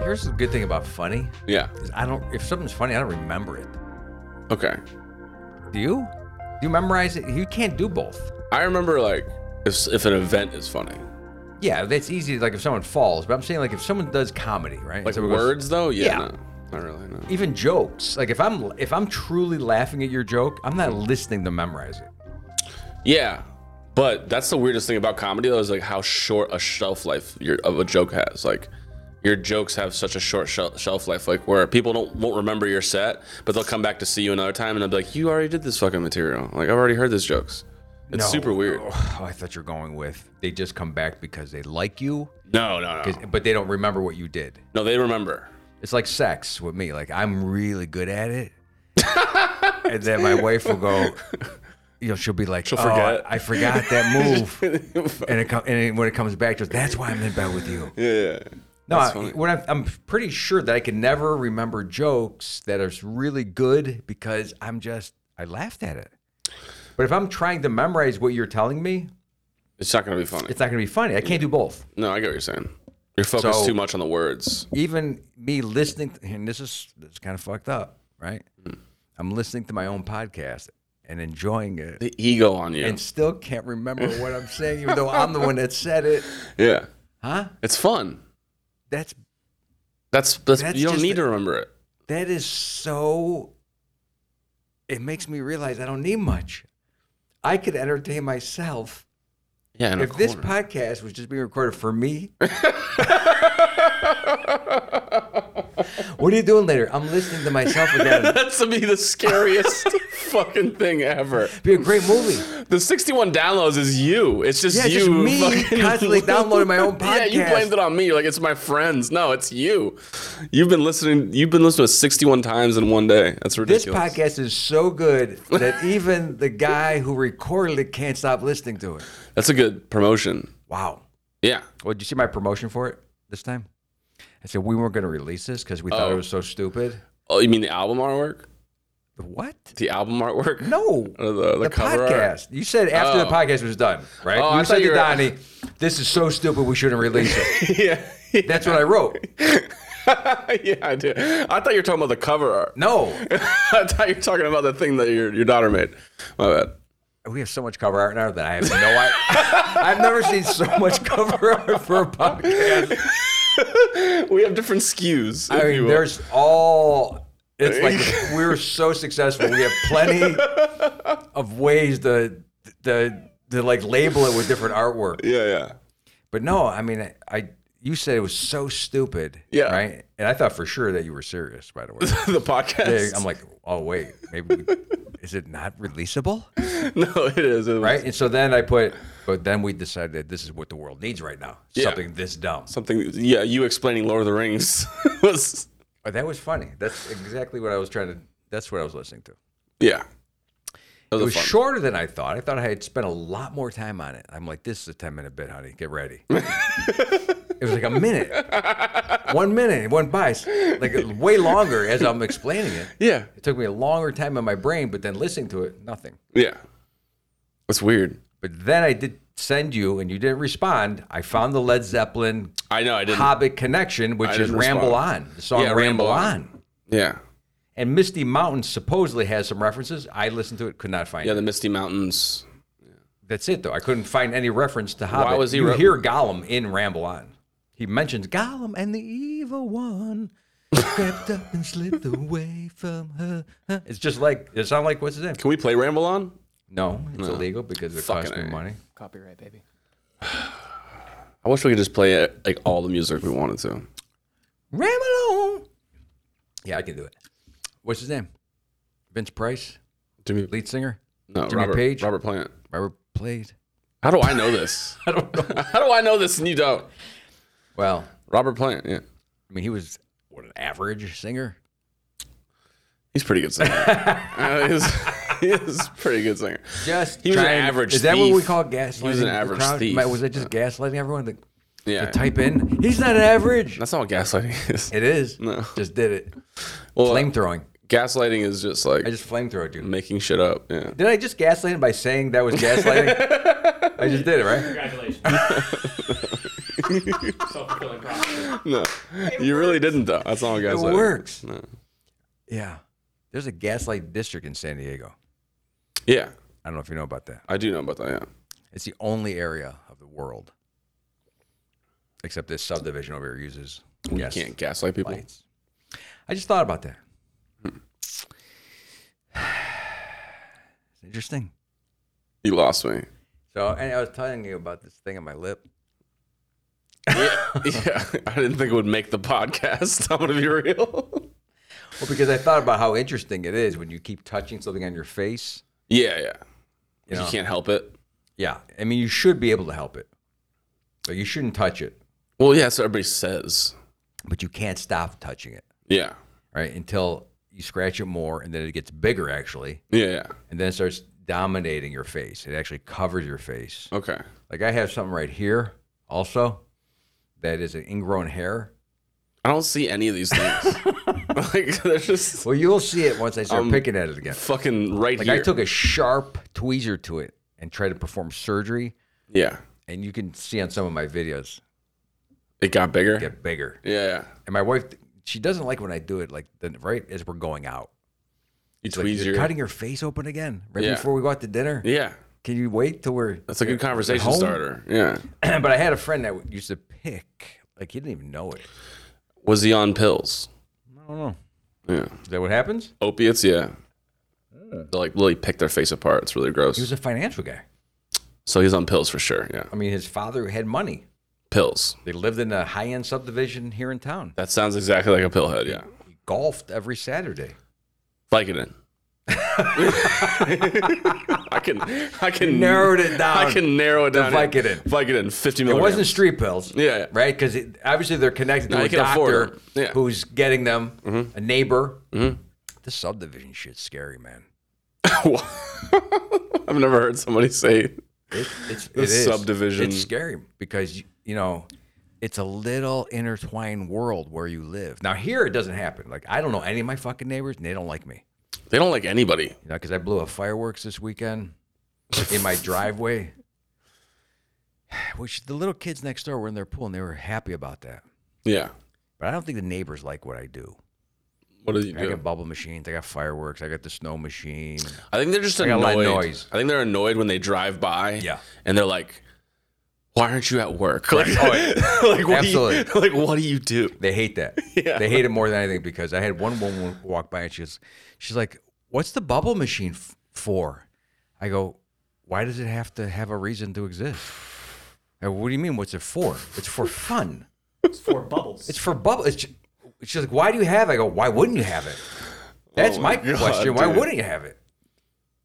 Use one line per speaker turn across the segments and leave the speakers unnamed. Here's the good thing about funny
Yeah.
is I don't. If something's funny, I don't remember it.
Okay.
Do you? Do you memorize it? You can't do both.
I remember like if if an event is funny,
Yeah, that's easy. Like if someone falls, but I'm saying like if someone does comedy, right?
like
Someone goes-
words though. Yeah.
Yeah.
No, not really. No.
even jokes. Like if I'm if I'm truly laughing at your joke, I'm not listening to memorize it.
Yeah. But that's the weirdest thing about comedy though is like how short a shelf life your of a joke has. Like your jokes have such a short shel- shelf life, like where people don't won't remember your set, but they'll come back to see you another time and they'll be like, "You already did this fucking material. Like I've already heard these jokes." It's
No.
super weird.
Oh, I thought you're going with they just come back because they like you,
No, no, no.
'cause- but they don't remember what you did.
No, they remember.
It's like sex with me. Like I'm really good at it, and then my wife will go, you know, she'll be like,
She'll
"Oh,
forget.
I, I forgot that move, and it com- and it, when it comes back, just that's why I'm in bed with you.
Yeah.
No, I, what I'm, I'm pretty sure that I can never remember jokes that are really good because I'm just I laughed at it. But if I'm trying to memorize what you're telling me,
It's not gonna be funny.
it's not going to be funny. I can't do both.
No, I get what you're saying. You're focused
So-
too much on the words.
Even me listening, and this is this is kind of fucked up, right? I'm listening to my own podcast and enjoying it,
The ego on you.
and still can't remember what I'm saying, even though I'm the one that said it.
yeah.
Huh?
It's fun.
That's
That's that's,
That's
you don't
just
need
the-
to remember it.
that is so it makes me realize i don't need much i could entertain myself
Yeah. in a
if this
corner.
podcast was just being recorded for me what are you doing later i'm listening to myself again
That's to be the scariest fucking thing ever.
be a great movie
The 61 downloads is you. It's just
Yeah, it's
you.
just me
fucking-
constantly downloading my own
Yeah, you
podcast.
blamed it on me. You're like, it's my friends. No, it's you. You've been listening. You've been listening to it 61 times in one day. That's ridiculous.
this podcast is so good that even the guy who recorded it can't stop listening to it
That's a good promotion.
wow
Yeah.
well did you see my promotion for it this time i said we weren't going to release this because we thought it
Oh.
was so stupid
Oh, you mean the album artwork?
what
The album artwork?
No.
Or Uh, the, the, cover art?
podcast. You said after the
Oh.
podcast was done, right?
Oh,
you
I
said
thought you
to
were-
Donnie, this is so stupid we shouldn't release it.
yeah.
That's what I wrote.
yeah, I do. I thought you were talking about the cover art.
No.
I thought you were talking about the thing that your, your daughter made. My bad.
We have so much cover art now that I have no idea. I've never seen so much cover art for a podcast.
We have different skews.
I mean, there's all it's like we were so successful. We have plenty of ways to to to like label it with different artwork.
Yeah, yeah.
But no, I mean, I, I you said it was so stupid,
Yeah.
right? And I thought for sure that you were serious. By the way,
the podcast.
Yeah, I'm like, oh wait, maybe we, is it not releasable,
no, it is. It
right? And so then I put, but then we decided that this is what the world needs right now,
Yeah.
something this dumb.
Something. Yeah, you explaining Lord of the Rings was.
But that was funny. That's exactly what I was trying to. That's what I was listening to.
Yeah.
It
That
was
was, a fun.
shorter than I thought. I thought I had spent a lot more time on it. I'm like, this is a 10 minute bit, honey. Get ready. it was like a minute, one minute. It went by like way longer as I'm explaining it.
Yeah.
It took me a longer time in my brain, but then listening to it, nothing.
Yeah. That's weird.
But then I did send you, and you didn't respond. I found the Led Zeppelin
I know. I didn't.
Hobbit connection, which is
didn't
"Ramble
respond.
On," the song
Yeah,
"Ramble
Ramble
On."
On. yeah.
And Misty Mountain supposedly has some references. I listened to it, could not find.
Yeah.
it.
The Misty Mountains.
That's it though. I couldn't find any reference to Hobbit.
was he
you
re-
hear Gollum in "Ramble On." He mentions Gollum and the evil one. crept up and slipped away from her. It's just like it sounds like what's his name?
Can we play Ramble on?
No, it's illegal because it costs
Fucking
me
A.
money.
Copyright, baby.
I wish we could just play it, like all the music we wanted to.
Ramble on. Yeah, I can do it. What's his name? Vince Price,
Jimmy,
lead singer.
no,
Jimmy
Robert,
Page?
Robert Plant.
Robert played.
How do I know this?
I don't know.
How do I know this and you don't?
well,
Robert Plant, yeah.
I mean, he was what an average singer.
He's a pretty good singer. uh, he's, he is a pretty good singer.
Just
He was an
trying-
average
Is that what we
thief.
call gaslighting?
was an
the
average
crowd?
thief.
Was I just gaslighting everyone? to-
Yeah.
to type in, he's not average.
That's not what gaslighting is.
It is.
No.
Just did it.
Well, Mm.
Flame throwing.
gaslighting is just like
I just flamethrower dude.
making shit up. Yeah.
Did I just gaslight him by saying that was gaslighting? I just did it, right?
Congratulations. Self-fulfilling prophecy.
No, you really didn't though. That's all
It
gaslighting.
works.
No.
Yeah. There's a gaslight district in San Diego.
Yeah,
I don't know if you know about that.
I do know about that. Yeah.
It's the only area of the world, except this subdivision over here uses
You
gas
can't gaslight people.
lights. I just thought about that.
Hmm.
It's interesting.
You lost me.
So, and I was telling you about this thing on my lip.
yeah, I didn't think it would make the podcast. I'm gonna be real.
Well, because I thought about how interesting it is when you keep touching something on your face.
yeah, yeah.
You
You,
know?
can't help it.
Yeah, I mean, you should be able to help it, but you shouldn't touch it.
Well, yeah, that's what everybody says.
But you can't stop touching it,
Yeah,
right? Until you scratch it more, and then it gets bigger actually,
yeah, yeah.
and then it starts dominating your face. It actually covers your face.
Okay.
Like I have something right here also that is an ingrown hair.
I don't see any of these things. like they're just
Well, you'll see it once I start picking at it again.
fucking right
Like
here.
I took a sharp tweezer to it and tried to perform surgery,
yeah,
and you can see on some of my videos
it got bigger.
get bigger.
Yeah, yeah.
And my wife, she doesn't like when I do it like the, right as we're going out.
You
Like,
tweeze
you're
your.
cutting your face open again right
Yeah.
before we go out to dinner.
Yeah,
Can you wait till we're?
that's a good conversation
home?
starter. Yeah.
but I had a friend that used to pick. Like he didn't even know it.
Was he on pills?
I don't know.
Yeah.
Is that what happens?
Opiates. Yeah. They like really pick their face apart. It's really gross.
He was a financial guy.
so he's on pills for sure. Yeah.
I mean, his father had money.
Pills.
They lived in a high-end subdivision here in town.
That sounds exactly like a pill head. Yeah.
He golfed every Saturday.
Vicodin. I can. I can
narrowed it down
I can narrow it down. yeah.
Vicodin.
Vicodin. Fifty
It
milligrams.
wasn't street pills.
Oh, Yeah, yeah.
Right? Because obviously they're connected to
No,
a
you can afford
doctor
them. Yeah. Mm-hmm.
who's getting them, a neighbor. This subdivision shit's scary, man.
I've never heard somebody say
It, it's
The
it is.
subdivision.
It's scary because, you, you know, it's a little intertwined world where you live. Now, here it doesn't happen. Like, I don't know any of my fucking neighbors and they don't like me.
they don't like anybody.
You know, because I blew a fireworks this weekend in my driveway. Which the little kids next door were in their pool and they were happy about that.
Yeah.
But I don't think the neighbors like what I do.
What do you
I
do?
got bubble machines. I got fireworks. I got the snow machine.
I think they're just
got a lot of
annoyed.
noise.
I think they're annoyed when they drive by.
Yeah.
And they're like, "Why aren't you at work?" Like, like, what Do
Oh, Absolutely.
you, like, what do you do?
They hate that.
Yeah.
They hate it more than anything because I had one woman walk by and she was, she's like, "What's the bubble machine f- for?" I go, "Why does it have to have a reason to exist?" I go, what do you mean? What's it for? It's for fun.
It's four bubbles.
It's for bubble. It's ju- she's like, "Why do you have?" it? I go, "Why wouldn't you have it?" That's
Oh
my
my God,
question. Why
dude.
wouldn't you have it?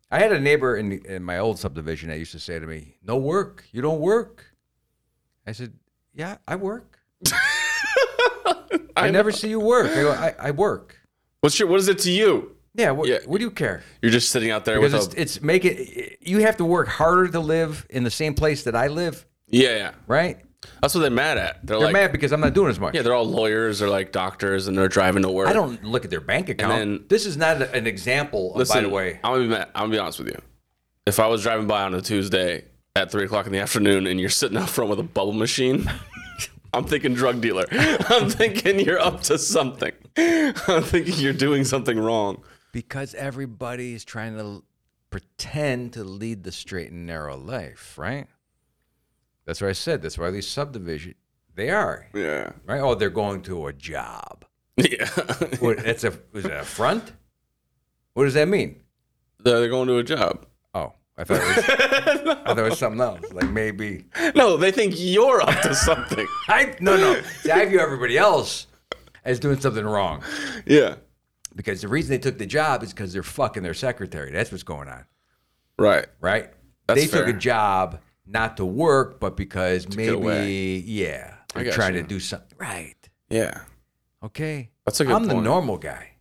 I had a neighbor in in my old subdivision that used to say to me, "No work. You don't work." I said, "Yeah, I work. I never see you work. I go, I, I work.
What's your? What is it to you?
Yeah. What,
Yeah.
what do you care?
You're just sitting out there with
Because
a.
it's, it's make it. You have to work harder to live in the same place that I live,
yeah, yeah.
right?
That's what they're mad at. They're
They're
like,
mad because I'm not doing as much.
yeah, they're all lawyers or like doctors, and they're driving to work.
I don't look at their bank account.
then-
this is not a- an example. Of,
Listen,
by the way,
I'm gonna be mad. I'm gonna be honest with you. If I was driving by on a Tuesday at three o'clock in the afternoon, and you're sitting out front with a bubble machine. I'm thinking drug dealer. I'm thinking you're up to something. I'm thinking you're doing something wrong.
because everybody is trying to l- pretend to lead the straight and narrow life, right? That's what I said. That's why these subdivision they are
Yeah.
right. Oh, they're going to a job.
Yeah.
What, that's a was that a front? What does that mean?
They're going to a job.
Oh, I thought it was, I thought it was something else. Like maybe
No, they think you're up to something.
I no no. See, I view everybody else as doing something wrong
yeah.
because the reason they took the job is because they're fucking their secretary. That's what's going on.
Right.
right?
That's
they took
fair.
a job not to work, but because
get
maybe, yeah,
I
they're
got
trying
you.
to do something. Right.
Yeah.
Okay.
That's a good
I'm the
point.
normal guy.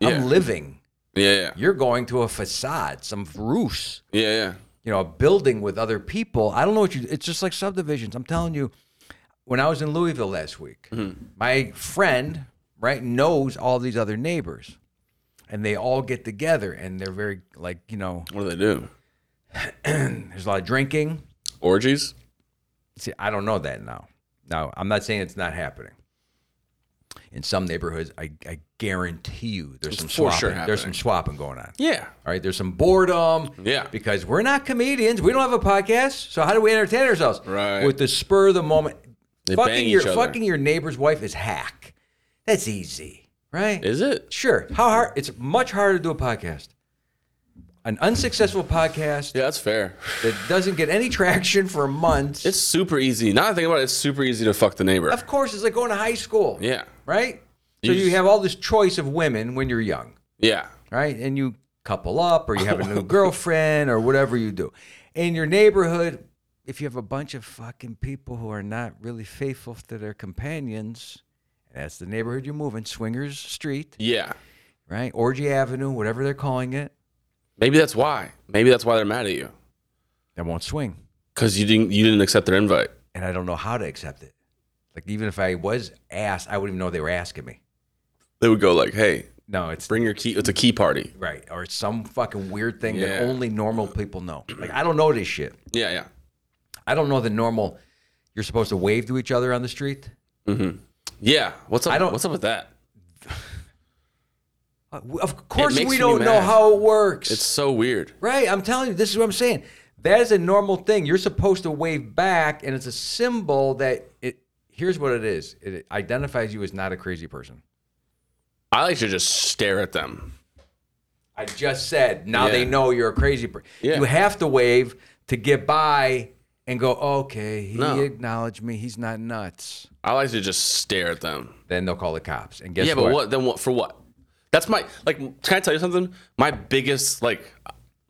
Yeah.
I'm living.
Yeah. Yeah.
You're going to a facade, some ruse,
Yeah. yeah.
you know, a building with other people. I don't know what you, it's just like subdivisions. I'm telling you, when I was in Louisville
Mm-hmm.
last week, my friend, right, knows all these other neighbors. and they all get together and they're very like you know
What do they do?
there's a lot of drinking.
Orgies?
See, I don't know that now. Now I'm not saying it's not happening. In some neighborhoods, I, I guarantee you there's some
for
swapping.
sure
there's
happening.
some swapping going on.
Yeah.
All right, there's some boredom.
Yeah.
Because we're not comedians. We don't have a podcast. So how do we entertain ourselves?
Right.
With the spur of the moment.
They
fucking
bang
your
each other.
fucking your neighbor's wife is hack. That's easy. Right?
Is it?
sure. How hard it's much harder to do a podcast. An unsuccessful podcast
Yeah, that's fair.
that doesn't get any traction for months.
It's super easy. Now that I think about it, it's super easy to fuck the neighbor.
Of course, it's like going to high school.
Yeah.
Right?
You
so you
just-
have all this choice of women when you're young,
Yeah.
right? And you couple up or you have a new girlfriend or whatever you do. In your neighborhood, if you have a bunch of fucking people who are not really faithful to their companions, that's the neighborhood you move in, Swingers Street,
Yeah.
right? Orgy Avenue, whatever they're calling it,
Maybe that's why. Maybe that's why they're mad at you.
that won't swing.
Cause you didn't you didn't accept their invite.
And I don't know how to accept it. Like, even if I was asked, I wouldn't even know they were asking me.
They would go like, "Hey,
No, it's
bring your key. It's a key party."
Right. Or it's some fucking weird thing that
Yeah.
only normal people know. Like, I don't know this shit.
Yeah, yeah.
I don't know the normal, you're supposed to wave to each other on the street.
Yeah. What's up?
I don't-
what's up with that?
Uh, w- Of course,
makes
we
me
don't know
mad.
how it works.
It's so weird.
right. I'm telling you, this is what I'm saying. That is a normal thing. You're supposed to wave back, and it's a symbol that it, here's what it is it identifies you as not a crazy person.
I like to just stare at them.
I just said, now
Yeah.
they know you're a crazy person.
Yeah.
You have to wave to get by and go, okay, he
No.
acknowledged me. He's not nuts.
I like to just stare at them.
then they'll call the cops. And guess
yeah,
what?
but what? Then what? For what? That's my like. Can I tell you something? My biggest like,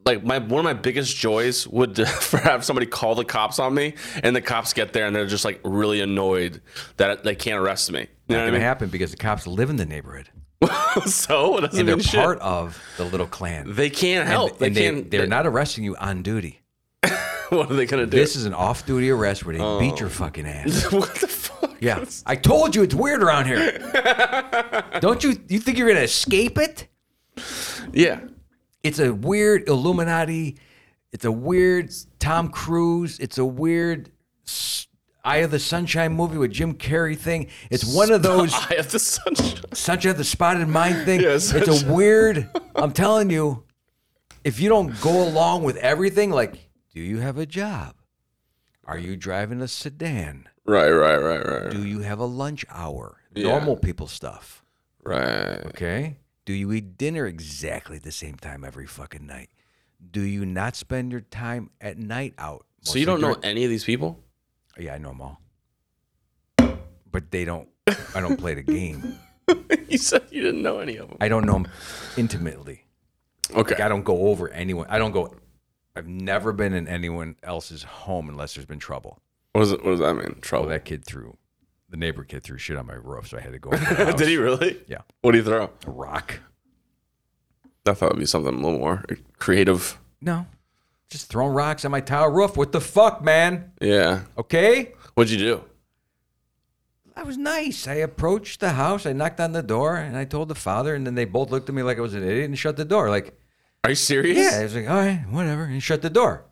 like my one of my biggest joys would for have somebody call the cops on me, and the cops get there and they're just like really annoyed that they can't arrest me. You know
It's
what
gonna
I
happen because the cops live in the neighborhood
mean? so it doesn't
and they're
mean shit.
part of the little clan.
They can't
and,
help.
and
they
they,
can't.
they're not arresting you on duty.
What are they Oh. gonna do?
This is an off-duty arrest where they beat your fucking ass.
what the fuck?
Yeah, I told you it's weird around here. Don't you? You think you're gonna escape it?
Yeah.
It's a weird Illuminati. It's a weird Tom Cruise. It's a weird s- Eye of the Sunshine movie with Jim Carrey thing. It's one of those.
I have the sunshine.
Such a the spotted mind thing.
Yeah,
it's
such-
a weird. I'm telling you, if you don't go along with everything, like, do you have a job? Are you driving a sedan?
Right, right, right, right,
Do you have a lunch hour?
Yeah.
Normal people stuff.
right.
Okay. Do you eat dinner exactly at the same time every fucking night? Do you not spend your time at night out?
So
mostly
you don't know
during-
any of these people?
Yeah, I know them all. But they don't. I don't play the game.
you said you didn't know any of them.
I don't know them intimately.
Okay.
Like, I don't go over anyone. I don't go. I've never been in anyone else's home unless there's been trouble.
What does, it, what does that mean? Trouble.
Well, that kid threw, the neighbor kid threw shit on my roof, so I had to go. Over to the house.
Did he really?
Yeah,
What do you throw?
a rock.
I thought it would be something a little more creative.
No, just throwing rocks on my tower roof. What the fuck, man?
Yeah.
Okay.
What'd you do?
I was nice. I approached the house. I knocked on the door, and I told the father. And then they both looked at me like I was an idiot and shut the door. Like,
Are you serious?
yeah, I was like, all right, whatever, and shut the door.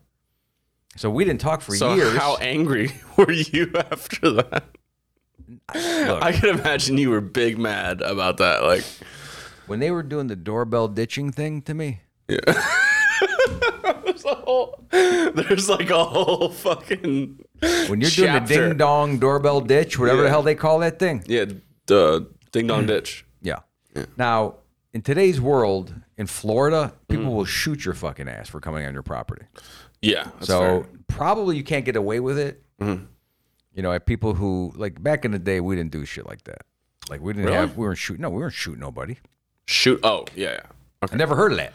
So we didn't talk for
So
years.
how angry were you after that?
Look.
I can imagine you were big mad about that. Like,
when they were doing the doorbell ditching thing to me,
there's a whole, there's like a whole fucking.
When you're doing the
chapter.
ding dong doorbell ditch, whatever the
Yeah.
hell they call that thing.
Yeah, the ding
Mm.
dong ditch.
Yeah. Now, in today's world, in Florida, people will shoot your fucking ass for coming on your property.
Yeah. Mm. that's
so
fair. Mm-hmm.
probably you can't get away with it. You know, at people who like back in the day, we didn't do shit like that. Like we didn't
Really?
have, we weren't shooting. No, we weren't shooting nobody.
shoot. Oh, yeah, yeah. Okay.
I never heard of that.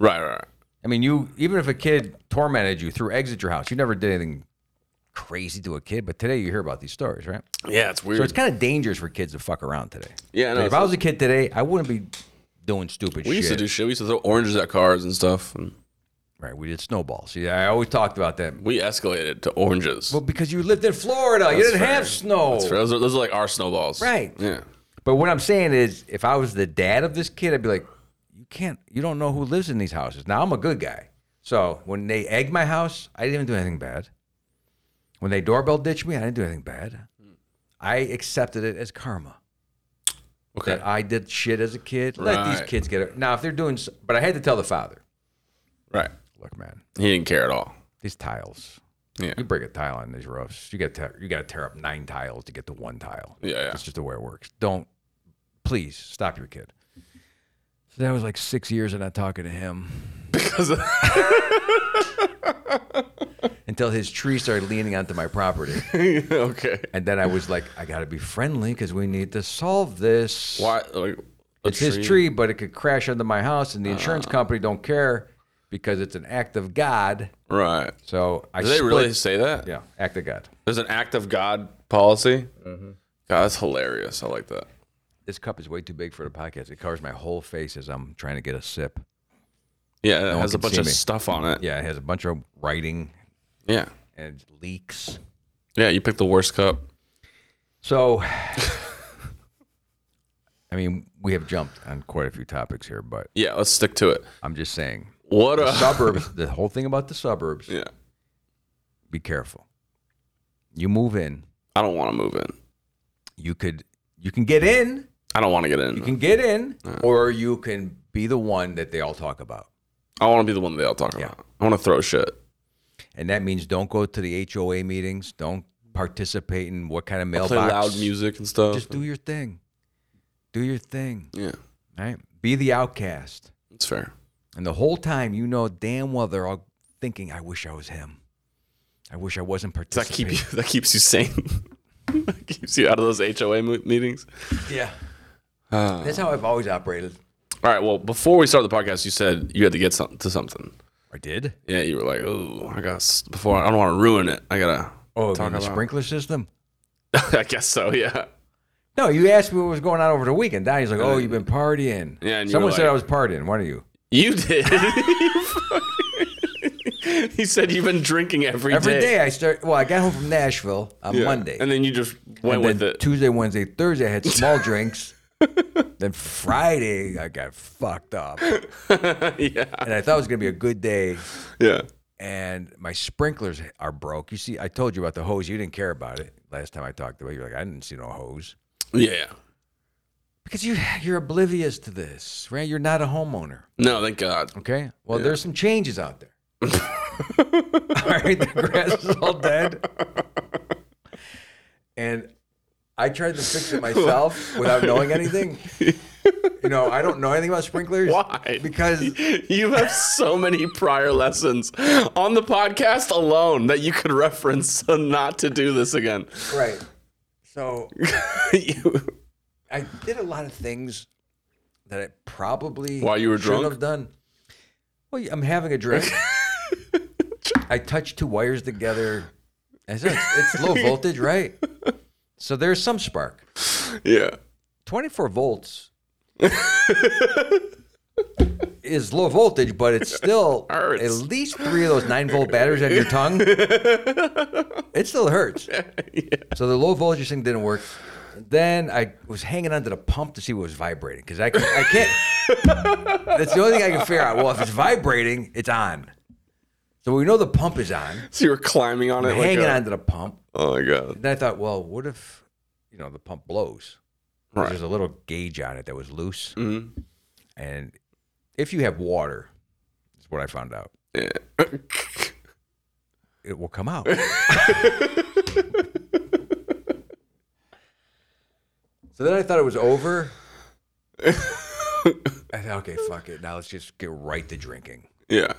Right, right, right.
I mean, you even if a kid tormented you through exit your house, you never did anything crazy to a kid. But today, you hear about these stories, right?
Yeah, it's weird.
So it's kind of dangerous for kids to fuck around today.
Yeah, no,
Like, if
it's-
I was a kid today, I wouldn't be doing stupid
we
shit.
used to do shit. We used to throw oranges at cars and stuff. And
right, we did snowballs. See, I always talked about that.
we escalated to oranges.
Well, because you lived in Florida, you didn't
fair.
have snow.
That's fair. Those, are, those are like our snowballs.
Right.
Yeah.
But what I'm saying is, if I was the dad of this kid, I'd be like, you can't, you don't know who lives in these houses. Now I'm a good guy, so when they egg my house, I didn't do anything bad. When they doorbell ditched me, I didn't do anything bad. I accepted it as karma
Okay.
that I did shit as a kid. Let these
Right.
kids get it. Now if they're doing, s- but I had to tell the father,
Right.
look, man,
He didn't care at all.
these tiles.
Yeah.
You break a tile on these roofs, you got to you got to tear up nine tiles to get to one tile.
Yeah, yeah.
That's just the way it works. Don't please stop your kid. So that was like six years of not talking to him
Because of-
until his tree started leaning onto my property,
okay.
and then I was like, I got to be friendly because we need to solve this.
Why? Like, a
It's his tree, but it could crash into my house, and the insurance
Uh.
company don't care because it's an act of God.
Right.
So I
Do they
split-
really say that?
yeah act of God.
There's an act of God policy.
Mm-hmm.
God, that's hilarious. I like that.
This cup is way too big for the podcast. It covers my whole face as I'm trying to get a sip.
Yeah, it
one
has a
can
bunch
see
of
me.
stuff on it. Yeah.
Yeah, it has a bunch of writing
yeah.
and leaks.
you picked the worst cup.
So, I mean, we have jumped on quite a few topics here, but
Yeah, let's stick to it.
I'm just saying
What a
suburbs, the whole thing about the suburbs,
Yeah.
be careful. You move in,
I don't want to move in.
you could you can get in,
I don't want to get in.
you can get in, or you can be the one that they all talk about.
I want to be the one they all talk about. I want to throw shit.
And that means don't go to the HOA meetings, don't participate in what kind of mailbox.
Play loud music and stuff.
Just do your thing. Do your thing.
yeah,
Right? Be the outcast.
it's fair.
And the whole time, you know damn well they're all thinking, "I wish I was him. I wish I wasn't
Does that keep
participating."
you? That keeps you sane. That keeps you out of those HOA mo- meetings.
yeah,
Uh.
that's how I've always operated.
All right. Well, before we start the podcast, you said you had to get some, to something.
I did.
Yeah, you were like, "Oh, I got s- before. I don't want to ruin it. I gotta."
Oh,
talk
talking the
about-
sprinkler system.
I guess so. Yeah.
No, you asked me what was going on over the weekend. Now he's like, "Oh, you've been partying."
Yeah, and you
someone
were
said
like-
I was partying. Why are you?
You did. You fucking- he said you've been drinking
Every day. I start. Well, I got home from Nashville on
Yeah.
Monday,
And then you just went
And then
with it.
Tuesday, Wednesday, Thursday, I had small drinks. Then Friday, I got fucked up, and
yeah.
I thought it was gonna be a good day.
Yeah.
and my sprinklers are broke. You see, I told you about the hose. You didn't care about it last time I talked about it. You're like, I didn't see no hose
Yeah.
because you you're oblivious to this, right? You're not a homeowner.
No, thank God.
Okay. Well, there's some changes out there. all right, the grass is all dead, and I tried to fix it myself without knowing anything. You know, I don't know anything about sprinklers.
Why?
Because
you have so many prior lessons on the podcast alone that you could reference so not to do this again.
right. So
You-
I did a lot of things that I probably
While you were
shouldn't
drunk?
have done. Well, yeah, I'm having a drink. I touched two wires together. I said, it's, it's low voltage, right? So there's some spark.
yeah.
24 volts is low voltage, but it's still
Hurts.
at least three of those nine volt batteries on your tongue. It still hurts. So the low voltage thing didn't work. Then I was hanging onto the pump to see what was vibrating because I, can, I can't. that's the only thing I can figure out. Well, if it's vibrating, it's on. So we know the pump is on.
So you were climbing on it like
hanging
a-
onto the pump.
Oh my god.
Then I thought, well, what if, you know, the pump blows?
Right.
There's a little gauge on it that was loose.
Mhm.
And if you have water, is what I found out,
Yeah.
it will come out. so then I thought it was over. I thought, okay, fuck it. Now let's just get right to drinking.
yeah.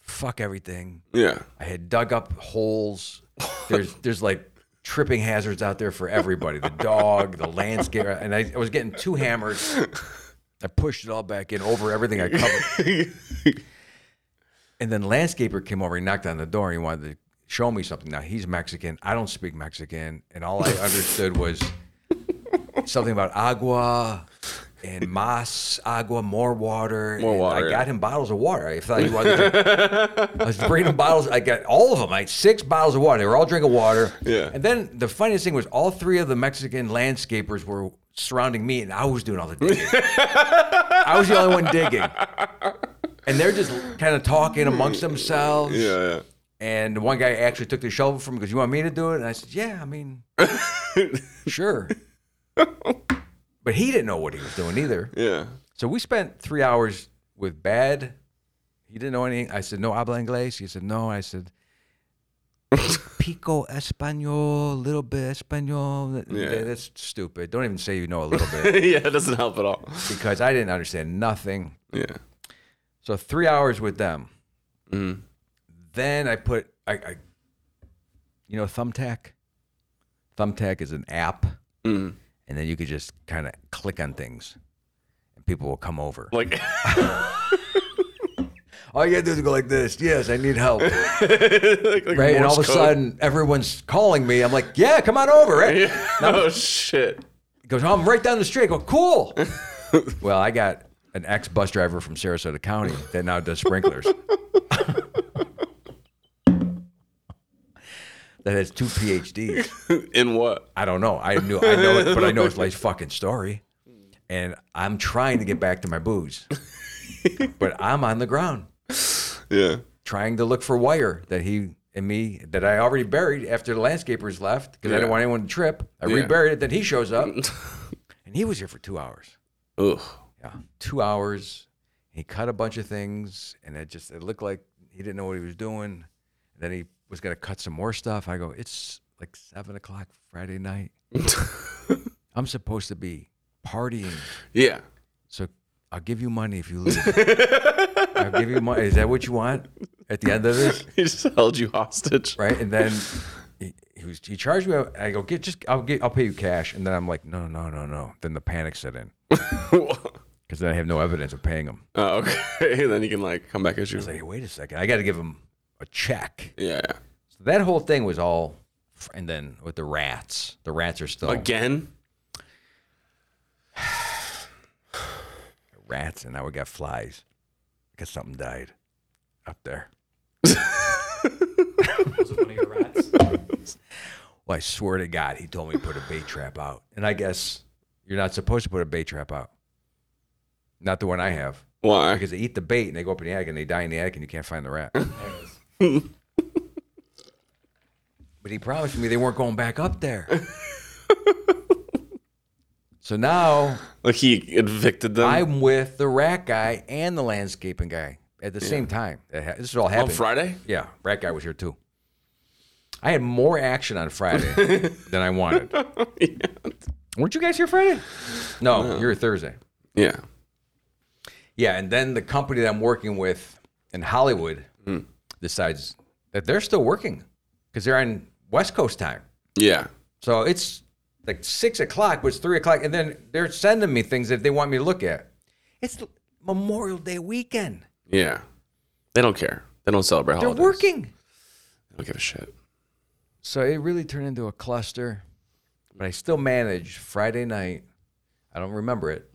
Fuck everything.
Yeah.
I had dug up holes. There's there's like tripping hazards out there for everybody. The dog, the landscape, and I, I was getting too hammered. I pushed it all back in over everything I covered. and then landscaper came over. He knocked on the door. And he wanted to show me something. Now he's Mexican. I don't speak Mexican, and all I understood was something about agua. And mas agua, more water.
More
And
water,
I
yeah.
got him bottles of water. I thought he wanted to drink I was bringing bottles. I got all of them. I had six bottles of water. They were all drinking water.
Yeah.
And then the funniest thing was all three of the Mexican landscapers were surrounding me, and I was doing all the digging. I was the only one digging, and they're just kind of talking amongst themselves.
Yeah,
And one guy actually took the shovel from me because you want me to do it, and I said, yeah, I mean, sure. But he didn't know what he was doing either.
yeah, yeah.
So we spent three hours with Bad. He didn't know anything. I said, no habla inglés. He said, no. I said, pico español, little bit español. That-
Yeah.
That's stupid. Don't even say you know a little bit
yeah, it doesn't help at all.
because I didn't understand nothing.
Yeah.
So three hours with them.
Mm-hmm.
Then I put, I, I, you know, Thumbtack. Thumbtack is an app,
Mm.
and then you could just kind of click on things, and people will come over.
Like,
All you gotta do is go like this. Yes, I need help.
like, like
Right, and all of a
Morse code.
sudden everyone's calling me. I'm like, yeah, come on over. Right?
Yeah. Oh shit.
He goes, oh, I'm right down the street. I go, cool. well, I got an ex bus driver from Sarasota County that now does sprinklers. that has two PhDs.
In what?
I don't know. I knew I know it, but I know it's like fucking story. And I'm trying to get back to my booze. but I'm on the ground.
Yeah.
trying to look for wire that he and me that I already buried after the landscapers left because I
Yeah.
didn't want anyone to trip. I
Yeah.
reburied it. Then he shows up, and he was here for two hours.
Ugh.
Yeah, two hours. He cut a bunch of things, and it just it looked like he didn't know what he was doing. Then he was gonna cut some more stuff. I go, it's like seven o'clock Friday night. I'm supposed to be partying,
Yeah.
so I'll give you money if you leave. I'll give you money. Is that what you want at the end of this?
He just held you hostage.
right? And then he, he was he charged me. I go get just I'll get I'll pay you cash. And then I'm like no no no no. Then the panic set in
oh,
because then I have no evidence of paying him.
okay. And then he can like come back at
I
you.
was like hey, wait a second, I got to give him a check.
yeah.
So that whole thing was all. And then with the rats, the rats are still
Again.
rats, and now we got flies because something died up there.
Was it one of your rats?
Well, I swear to God, he told me to put a bait trap out, and I guess you're not supposed to put a bait trap out. Not the one I have.
Why?
because they eat the bait and they go up in the attic and they die in the attic and you can't find the rat. but he promised me they weren't going back up there. so now
Like he evicted them
I'm with the rat guy and the landscaping guy at the same time. That ha- This is all
on
happening.
Friday.
Yeah, rat guy was here too. I had more action on Friday than I wanted. Weren't you guys here Friday? No, you were Thursday.
Yeah.
Yeah, and then the company that I'm working with in Hollywood decides that they're still working because they're on West Coast time.
Yeah.
So it's like six o'clock, but it's three o'clock, and then they're sending me things that they want me to look at. It's Memorial Day weekend.
Yeah. They don't care. They don't celebrate
They're
holidays.
working.
They don't give a shit.
So it really turned into a cluster, but I still managed Friday night. I don't remember it,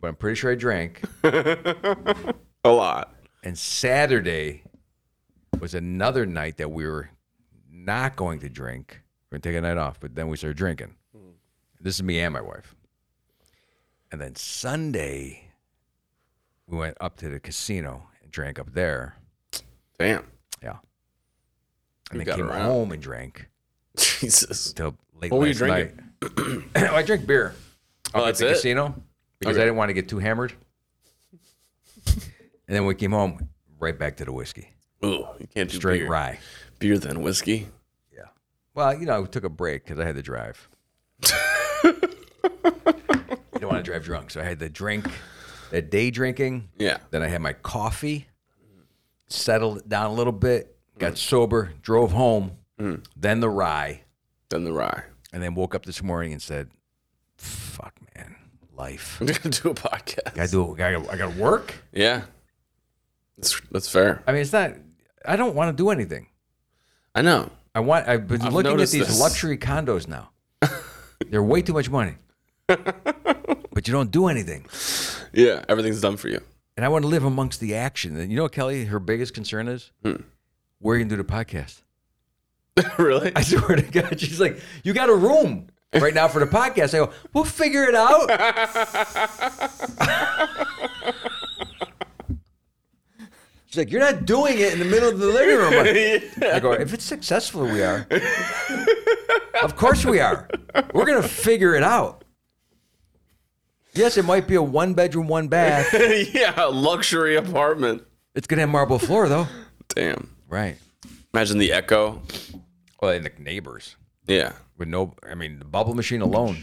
but I'm pretty sure I drank.
A lot.
And Saturday was another night that we were not going to drink. We are gonna take a night off, but then we started drinking.
Hmm.
This is me and my wife. And then Sunday, we went up to the casino and drank up there.
Damn.
Yeah. And
You
then
got
came
around.
home and drank
Jesus.
till late
What were you
last night. I drank beer up
Oh,
at
that's
the
it?
casino because
Okay.
I didn't want to get too hammered. and then we came home right back to the whiskey,
Ooh, you can't do
straight
beer.
rye.
Beer then whiskey.
Yeah. Well, you know, we took a break because I had to drive. you don't want to drive drunk, so I had the drink, the day drinking.
Yeah.
Then I had my coffee, settled it down a little bit, got sober, drove home, then the rye,
Then the rye.
and then woke up this morning and said, "Fuck, man, life.
I'm gonna do a podcast.
I do. I got. I got to work.
Yeah. That's, that's fair.
I mean, it's not. I don't want to do anything.
I know.
I want. I've been
I've
looking at
noticed
these
this.
luxury condos now. They're way too much money, but you don't do anything.
Yeah. Everything's done for you.
And I want to live amongst the action. And you know, what, Kelly, her biggest concern is
Hmm.
where you can do the podcast.
really?
I swear to God, she's like, "You got a room." Right now for the podcast, I go, we'll figure it out. She's like, you're not doing it in the middle of the living room. I'm like, I go, if it's successful, we are. of course we are. We're gonna figure it out. Yes, it might be a one bedroom, one bath.
yeah, luxury apartment.
It's gonna have marble floor though.
Damn.
Right.
Imagine the echo.
Well, and the neighbors
Yeah.
with no, I mean, the bubble machine alone,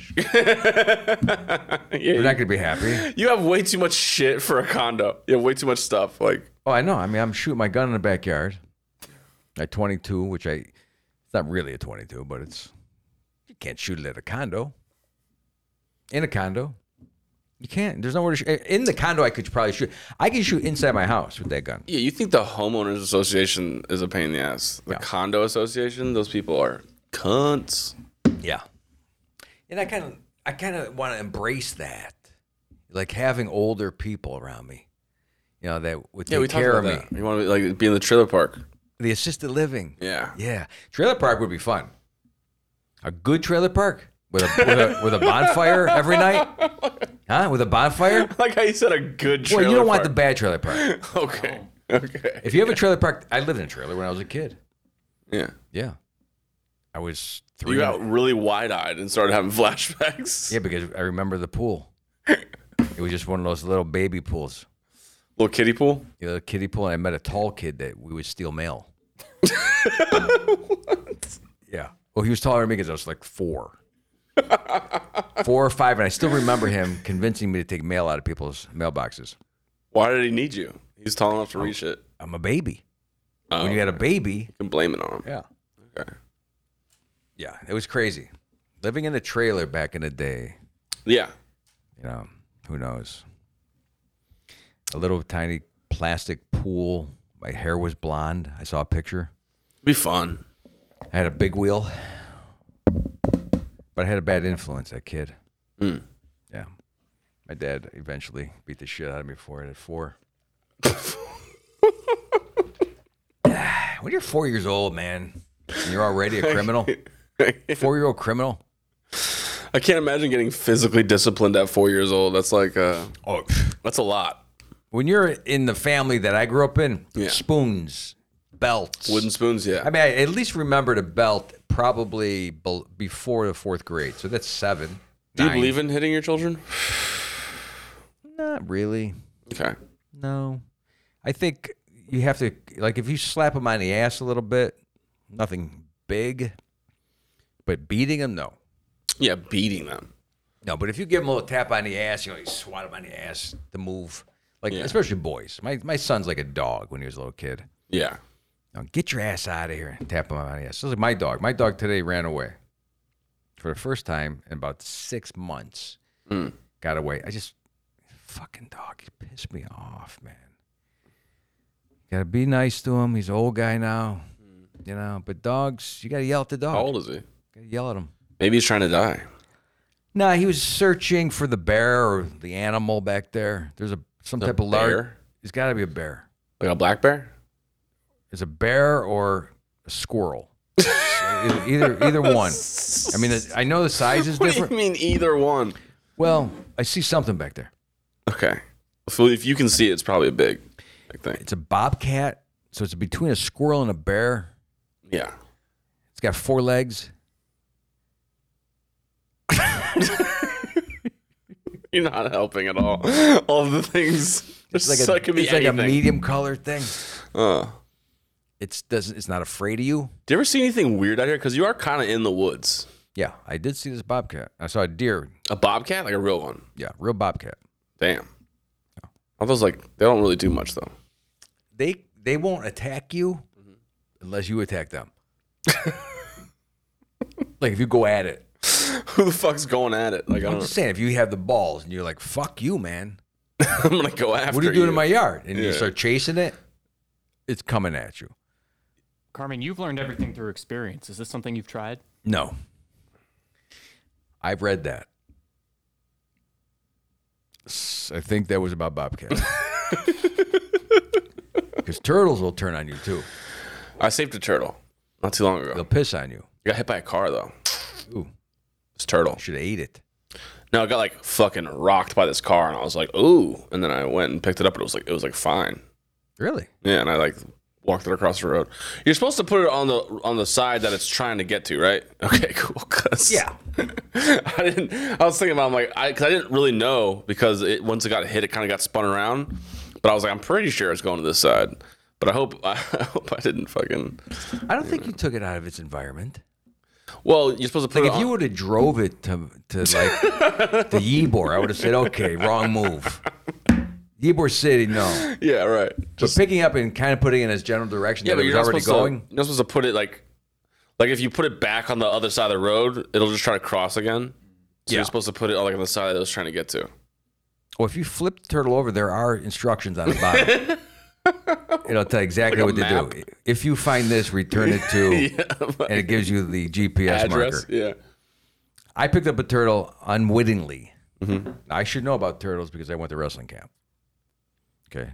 they're
yeah.
not gonna be happy.
You have way too much shit for a condo. You have way too much stuff. Like,
Oh, I know. I mean, I'm shooting my gun in the backyard. A 22, which I, it's not really a 22, but it's, you can't shoot it at a condo. In a condo, you can't. There's nowhere to shoot. In the condo, I could probably shoot. I can shoot inside my house with that gun.
yeah, you think the homeowners association is a pain in the ass. The condo association, those people are cunts.
Yeah. And I kind of I kind of want to embrace that. Like having older people around me. You know, that would take
Yeah, we talked
care of
about
me.
that. You want to like be in the trailer park?
The assisted living.
Yeah.
Yeah. Trailer park would be fun. A good trailer park with a with a, with a bonfire every night? Huh? With a bonfire?
Like how you said a good trailer.
well, you don't want the
park.
bad trailer park.
Okay. Okay.
If you have a trailer park, I lived in a trailer when I was a kid.
Yeah.
Yeah. I was 3
You got really wide eyed and started having flashbacks.
Yeah, because I remember the pool. It was just one of those little baby pools.
Little kiddie pool.
you know, the kiddie pool, and I met a tall kid that we would steal mail. Yeah. Well, he was taller than me because I was like four, four or five, and I still remember him convincing me to take mail out of people's mailboxes.
Why did he need you? He's tall enough to reach it.
I'm a baby.
Oh,
When you
you
got a baby,
can blame it on him.
yeah,
Okay.
yeah, it was crazy. Living in a trailer back in the day,
Yeah.
you know, who knows? A little tiny plastic pool. My hair was blonde. I saw a picture.
Be fun.
I had a big wheel, but I had a bad influence. That kid.
Hmm.
Yeah, my dad eventually beat the shit out of me for it at four. when you're four years old, man, and you're already a criminal, four-year-old criminal.
I can't imagine getting physically disciplined at four years old. That's like uh
Oh,
that's a lot.
when you're in the family that I grew up in,
Yeah.
spoons, belts,
Wooden spoons, yeah.
I mean, I at least remember the belt probably bel before the fourth grade, so that's seven.
Do you
nine.
believe in hitting your children?
Not really.
Okay.
No, I think you have to like if you slap him on the ass a little bit, nothing big, but beating him, no,
Yeah, beating them.
no. But if you give him a little tap on the ass, you know, you swat him on the ass to move, like
Yeah.
especially boys. My my son's like a dog when he was a little kid.
Yeah.
Now get your ass out of here and tap him on the ass. This is like my dog. My dog today ran away for the first time in about six months.
Hmm.
Got away. I just fucking dog. He pissed me off, man. Gotta be nice to him. He's an old guy now, you know. But dogs, you gotta yell at the dog.
Hmm. How old is he?
Gotta yell at him.
Maybe he's trying to die.
Nah, he was searching for the bear or the animal back there. There's a some type of large.
bear?
It's gotta be a bear.
Like a black bear?
It's a bear or a squirrel. E- either either one. I mean, it- I know the size is
What do you
different.
mean either one?
Well, I see something back there.
Okay. So if you can see it, it's probably a big, big thing.
It's a bobcat, so it's between a squirrel and a bear.
Yeah.
It's got four legs.
You're not helping at all. All the things. It's
It's like
so
a,
it could be
it's like a
anything.
medium colored thing.
Uh,
It's doesn't. It's not afraid of you.
do you ever see anything weird out here? Because you are kind of in the woods.
Yeah, I did see this bobcat. I saw a deer.
A bobcat, like a real one.
Yeah, real bobcat.
Damn. All those like they don't really do much though.
They they won't attack you
Mm-hmm.
unless you attack them. like if you go at it.
Who the fuck's going at it? Like I
I'm
don't,
just saying, if you have the balls and you're like, "Fuck you, man,"
I'm gonna go after.
what are you doing in my yard? And you
Yeah.
start chasing it, it's coming at you.
Carmen, you've learned everything through experience. Is this something you've tried?
No. I've read that. S- I think that was about Bobcat. Because turtles will turn on you too.
I saved a turtle not too long
They'll
ago.
piss on you.
Got hit by a car though.
Ooh.
It's turtle.
Should have ate it.
No, I got like fucking rocked by this car, and I was like, ooh. And then I went and picked it up, and it was like, it was like fine.
Really?
Yeah, and I like walked it across the road. You're supposed to put it on the on the side that it's trying to get to, right? Okay, cool. 'cause-
Yeah.
I didn't. I was thinking about I'm like, I because I didn't really know because it once it got hit, it kind of got spun around. But I was like, I'm pretty sure it's going to this side. But I hope I, hope I didn't fucking.
I don't think you took it out of its environment.
Well, you're supposed to
Like
put it
if
on.
you would have drove it to to like to Ybor, I would have said, okay, wrong move. Ybor City, no.
yeah, right.
But picking up and kind of putting it in its general direction
Yeah,
that
but
it
you're
was
not
already
supposed
going.
to. You're not supposed to put it like, like if you put it back on the other side of the road, it'll just try to cross again. So
Yeah.
you're supposed to put it on like on the side that it was trying to get to.
Well, if you flip the turtle over, there are instructions on the bottom. It'll tell you exactly
Like
what
a
to do. If you find this, return it to,
Yeah,
and it gives you the GPS
address.
marker.
Yeah.
I picked up a turtle unwittingly. I should know about turtles because I went to wrestling camp. Okay,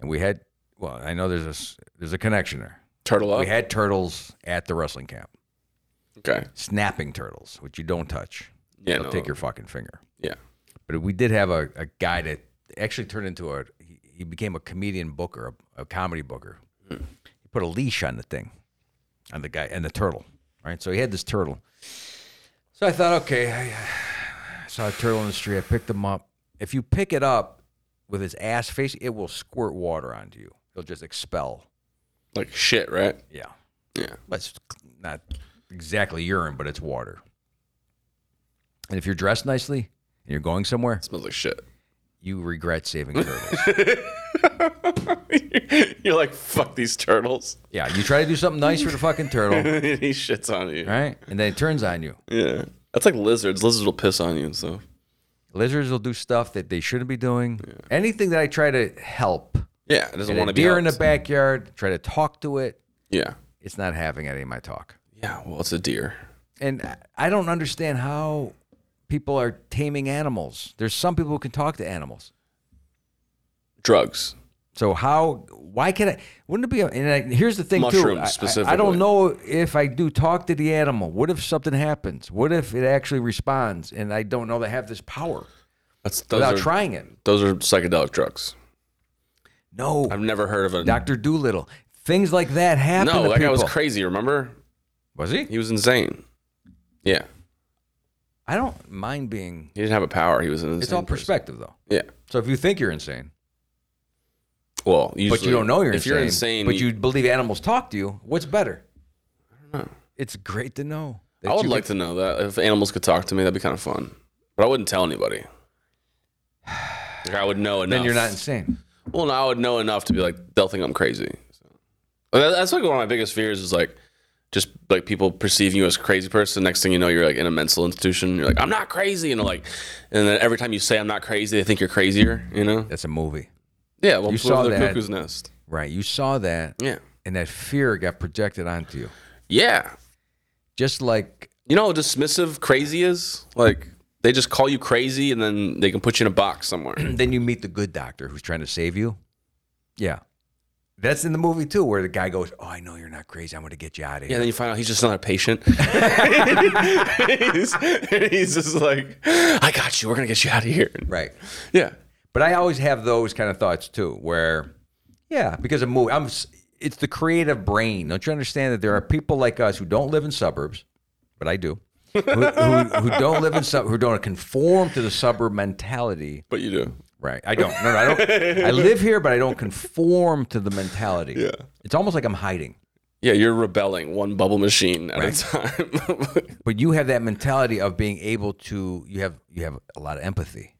and we had well, I know there's a s- there's a connection there.
Turtle up.
We had turtles at the wrestling camp,
okay.
snapping turtles, which you don't touch.
Yeah.
They'll
no.
take your fucking finger.
Yeah.
But we did have a, a guy that actually turned into a he, he became a comedian booker, a, a comedy booker. He put a leash on the thing, on the guy and the turtle, right? So he had this turtle. So I thought, okay, I, I saw a turtle in the street. I picked him up. If you pick it up with his ass face, it will squirt water onto you. It'll just expel.
Like shit, right?
Yeah.
Yeah.
Well, it's not exactly urine, but it's water. And if you're dressed nicely and you're going somewhere,
smells like shit.
you regret saving turtles.
You're like, fuck these turtles.
yeah, you try to do something nice for the fucking turtle,
he shits on you.
right? And then it turns on you.
Yeah. That's like lizards. Lizards will piss on you and stuff.
Lizards will do stuff that they shouldn't be doing. Anything that I try to help,
Yeah. It doesn't
and
want
a
to be.
deer in the
helped.
backyard, try to talk to it,
Yeah.
it's not having any of my talk.
Yeah. Well, it's a deer.
And I- I don't understand how people are taming animals. There's some people who can talk to animals.
Drugs.
So how? Why can I? Wouldn't it be? a- And I, here's the thing
Mushrooms
too. I- I- I,
specifically.
don't know if I do talk to the animal. What if something happens? What if it actually responds and I don't know they have this power
That's those
without
are,
trying it?
Those are psychedelic drugs.
No,
I've never heard of a
Doctor Doolittle. Things like that happen.
No,
to
that guy
people.
was crazy. Remember?
Was he?
He was insane. Yeah.
I don't mind being.
He didn't have a power. He was an insane.
It's all
person.
perspective though.
Yeah.
So if you think you're insane,
Well, usually,
but you don't know you're
if
insane,
you're insane,
but you believe animals talk to you, what's better? It's great to know. that
I would
you
like to know that if animals could talk to me, that'd be kind of fun. But I wouldn't tell anybody. Like, I would know enough.
Then you're not insane.
Well, no, I would know enough to be like, they'll think I'm crazy. So. But that- That's like one of my biggest fears is like, just like people perceiving you as a crazy person. Next thing you know, you're like in a mental institution. You're like, I'm not crazy, and they're like, and then every time you say I'm not crazy, they think you're crazier. You know?
That's a movie,
Yeah. Well,
You
you
saw
saw the
that.
cuckoo's nest.
right? You saw that.
Yeah.
and that fear got projected onto you.
Yeah.
Just like
You know how dismissive crazy is? Like they just call you crazy, and then they can put you in a box somewhere.
then you meet the good doctor who's trying to save you. Yeah. That's in the movie too, where the guy goes, Oh, I know you're not crazy. I'm going to get you out of
Yeah,
here.
then you find out he's just not a patient. he's, he's just like, I got you. We're gonna get you out of here.
Right.
Yeah,
But I always have those kind of thoughts too, where, yeah, because of movie, I'm, s- it's the creative brain. Don't you understand that there are people like us who don't live in suburbs, but I do, who, who, who don't live in sub, who don't conform to the suburb mentality.
but you do.
Right. I don't. No, no, I don't. I live here, but I don't conform to the mentality. Yeah. It's almost like I'm hiding.
Yeah, you're rebelling one bubble machine at a time.
But you have that mentality of being able to. You have you have a lot of empathy.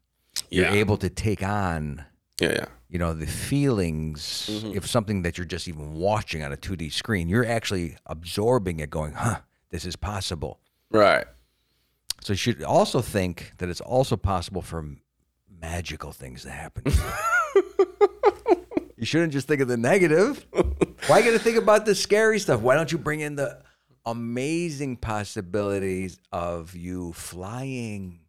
yeah.
You're able to take on.
yeah, yeah,
You know the feelings if something that you're just even watching on a 2D screen, you're actually absorbing it, going, "Huh, this is possible."
right.
So you should also think that it's also possible for m- magical things to happen. you shouldn't just think of the negative. Why got to think about the scary stuff? Why don't you bring in the amazing possibilities of you flying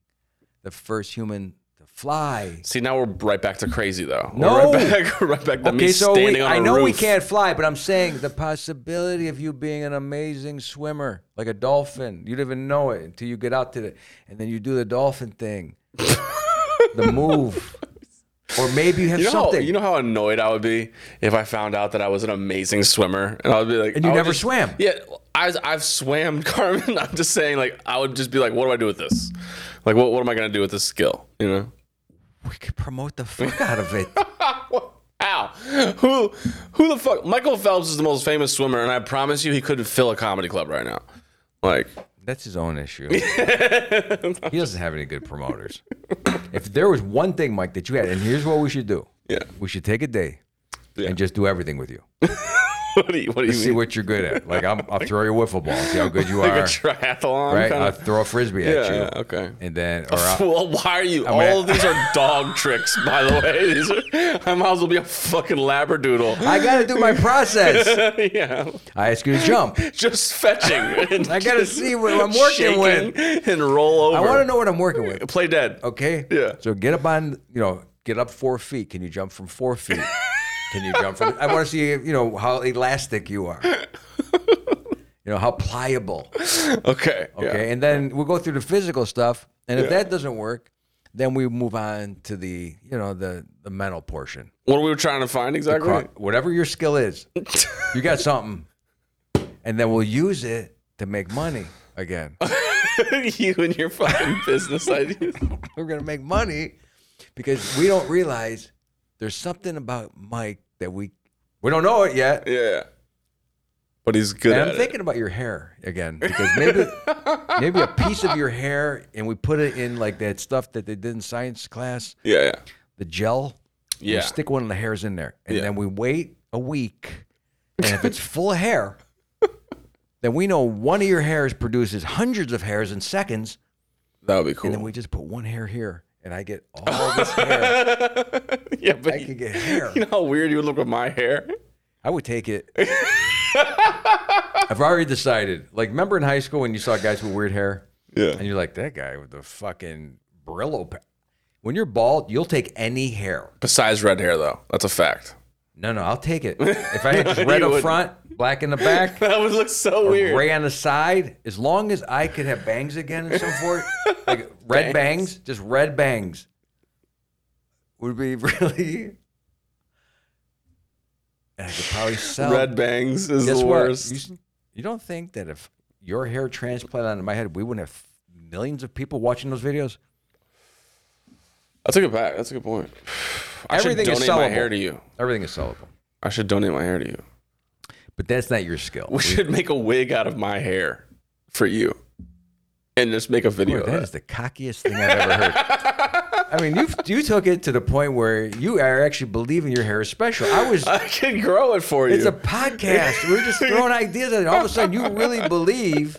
the first human to fly.
See, now we're right back to crazy though. We're
No.
right back, right back to me
Okay, so
standing
we,
on a
I know we
roof.
can't fly, but I'm saying the possibility of you being an amazing swimmer, like a dolphin. You don't even know it until you get out to the, and then you do the dolphin thing, the move, or maybe you have
You know, how,
something.
you know how annoyed I would be if I found out that I was an amazing swimmer, and I would be like,
And you
I would
never
just-
swam.
Yeah, I, I've swam, Carmen. I'm just saying, like, I would just be like, what do I do with this? Like, what, what am I gonna do with this skill? You know?
we could promote the fuck out of it.
Ow! Who, who the fuck? Michael Phelps is the most famous swimmer, and I promise you, he couldn't fill a comedy club right now. Like,
That's his own issue. he doesn't have any good promoters. If there was one thing, Mike, that you had, and here's what we should do.
yeah.
We should take a day
Yeah.
and just do everything with you.
What do you, what do you
See
mean?
what you're good at. Like I'm, I'll throw you a wiffle ball. See how good you
like a
are.
triathlon,
right?
kind
I'll
of.
throw a frisbee
Yeah,
at you.
yeah, okay.
And then, or I'll,
Well, why are you?
mean,
all of these are dog tricks, by the way. These are, I might as well be a fucking labradoodle.
I gotta do my process.
yeah,
I ask you to jump.
just fetching. And
I gotta see what I'm working with.
shaking and roll over.
I want to know what I'm working with.
Play dead.
Okay.
Yeah.
So get up on, you know, get up four feet. Can you jump from four feet? Can you jump from? I want to see, you know, how elastic you are. You know how pliable.
Okay. yeah.
Okay. And then we'll go through the physical stuff. And if
Yeah.
that doesn't work, then we move on to the, you know, the the mental portion.
What are we trying to find exactly?
Cro- Whatever your skill is, you got something, and then we'll use it to make money again.
you and your fucking business ideas.
We're gonna make money because we don't realize there's something about Mike that we we don't know it yet.
Yeah. But he's good
And
at
I'm thinking about your hair again because maybe maybe a piece of your hair and we put it in like that stuff that they did in science class,
it. Yeah. Yeah.
the gel. We
Yeah.
stick one of the hairs in there, and
Yeah.
then we wait a week, and if it's full of hair, then we know one of your hairs produces hundreds of hairs in seconds,
That would be cool.
and then we just put one hair here, and I get all this hair.
yeah, but
I
you-
could get hair.
you know how weird you would look with my hair.
I would take it. I've already decided. Like, remember in high school when you saw guys with weird hair,
Yeah.
and you're like, that guy with the fucking Brillo. Pa-. When you're bald, you'll take any hair.
Besides red hair, though, that's a fact.
No, no, I'll take it. If I had just red up
You wouldn't.
front, black in the back.
That would look so weird.
Ray on the side. As long as I could have bangs again and so forth, like red bangs. just red bangs, would be really. And I could probably sell.
Red bangs is
Guess
the
what?
worst.
You, s- you don't think that if your hair transplant onto my head, we wouldn't have millions of people watching those videos?
I took it back. That's a good point. I
Everything
should
is
donate my
sellable.
hair to you.
Everything is sellable,
I should donate my hair to you.
but that's not your skill.
We should make a wig out of my hair for you, and just make a video.
Boy,
of
that is
that
the cockiest thing I've ever heard. I mean, you you took it to the point where you are actually believing your hair is special. I was
I can grow it for you.
It's a podcast. We're just throwing ideas at it. All of a sudden, you really believe,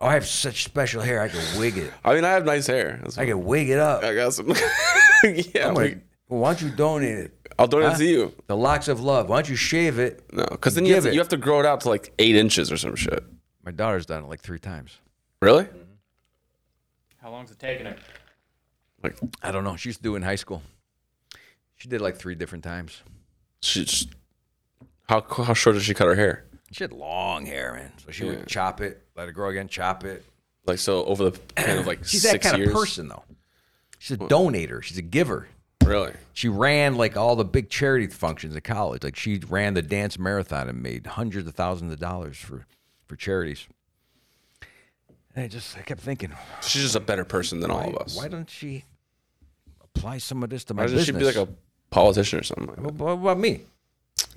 oh, I have such special hair. I can wig it.
I mean, I have nice hair. That's
I Oh, can wig it up.
I got some. yeah,
I'm
we-
like, well, why don't you donate it?
I'll donate it
Huh?
to you.
The locks of love. Why don't you shave it?
No, because then you have,
Give
to,
it.
you have to grow it out to like eight inches or some shit.
My daughter's done it like three times.
Really?
Mm-hmm.
How long's it taking her?
Like
I don't know. She used to do it in high school. She did like three different times.
she just how how short did she cut her hair?
She had long hair, man. So she
Yeah.
would chop it, let it grow again, chop it.
Like so over the span of like
She's
six
that kind
years.
of person, though. She's a donator. She's a giver.
Really?
she ran like all the big charity functions at college. Like she ran the dance marathon and made hundreds of thousands of dollars for for charities. And I just I kept thinking,
She's just a better person than all of us.
why doesn't she apply some of this to my
Why doesn't
business?
she be like a politician or something? Like that?
What, what about me?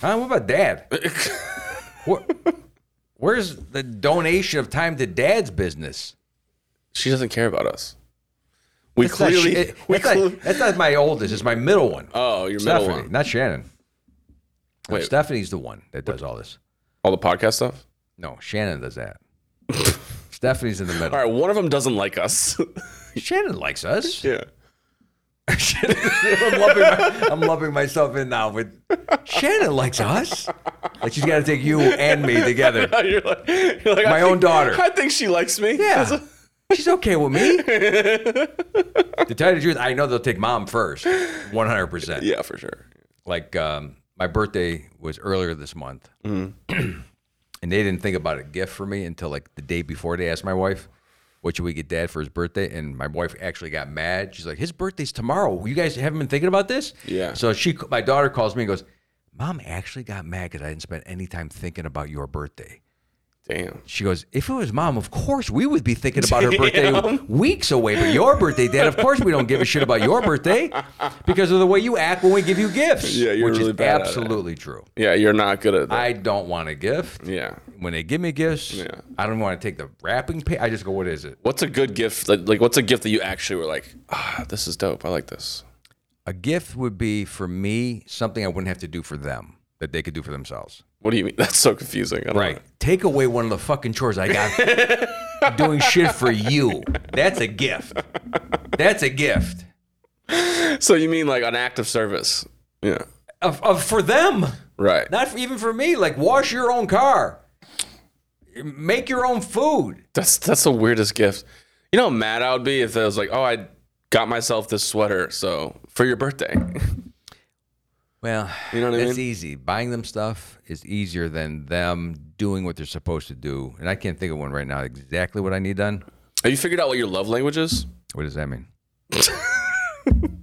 Huh? What about dad? Where- where's the donation of time to dad's business?
She doesn't care about us. We
That's not
clearly.
sh- it-
we
that's,
clearly
not, that's not my oldest. It's my middle one.
oh, your middle
Stephanie,
one.
not Shannon. No,
Wait.
Stephanie's the one that does all this.
All the podcast stuff.
No, Shannon does that. Stephanie's in the middle.
All right, one of them doesn't like us.
Shannon likes us.
yeah.
I'm, lumping my- I'm lumping myself in now, but Shannon likes us. Like she's got to take you and me together.
You're like, you're like I
My own
think-
daughter.
I think she likes me.
Yeah.
That's a-
She's okay with me. to tell you the truth, I know they'll take mom first, 100%.
Yeah, for sure.
Like, um, my birthday was earlier this month, and they didn't think about a gift for me until like the day before they asked my wife, What should we get dad for his birthday? And my wife actually got mad. She's like, His birthday's tomorrow. You guys haven't been thinking about this?
Yeah.
So she, my daughter calls me and goes, Mom actually got mad because I didn't spend any time thinking about your birthday.
Damn.
She goes, if it was mom, of course we would be thinking about her birthday weeks away. But your birthday, Dad, of course we don't give a shit about your birthday because of the way you act when we give you gifts.
Yeah, you're
which
really
is
bad at it.
absolutely true.
Yeah, you're not good at that.
I don't want a gift.
yeah.
When they give me gifts,
Yeah.
I don't want to take the wrapping paper. I just go, what is it?
What's a good gift? Like, like, what's a gift that you actually were like, ah, this is dope. I like this.
A gift would be for me something I wouldn't have to do for them that they could do for themselves.
What do you mean? That's so confusing. I don't
Right. Take away one of the fucking chores I got doing shit for you. That's a gift. That's a gift.
know. So you mean like an act of service? Yeah.
Of, of, for them.
Right.
Not for, even for me. Like, wash your own car, make your own food.
That's that's the weirdest gift. You know how mad I would be if I was like, oh, I got myself this sweater, so for your birthday.
Well,
You know what I
that's
mean?
easy. Buying them stuff is easier than them doing what they're supposed to do. And I can't think of one right now exactly what I need done.
Have you figured out what your love language is?
What does that mean?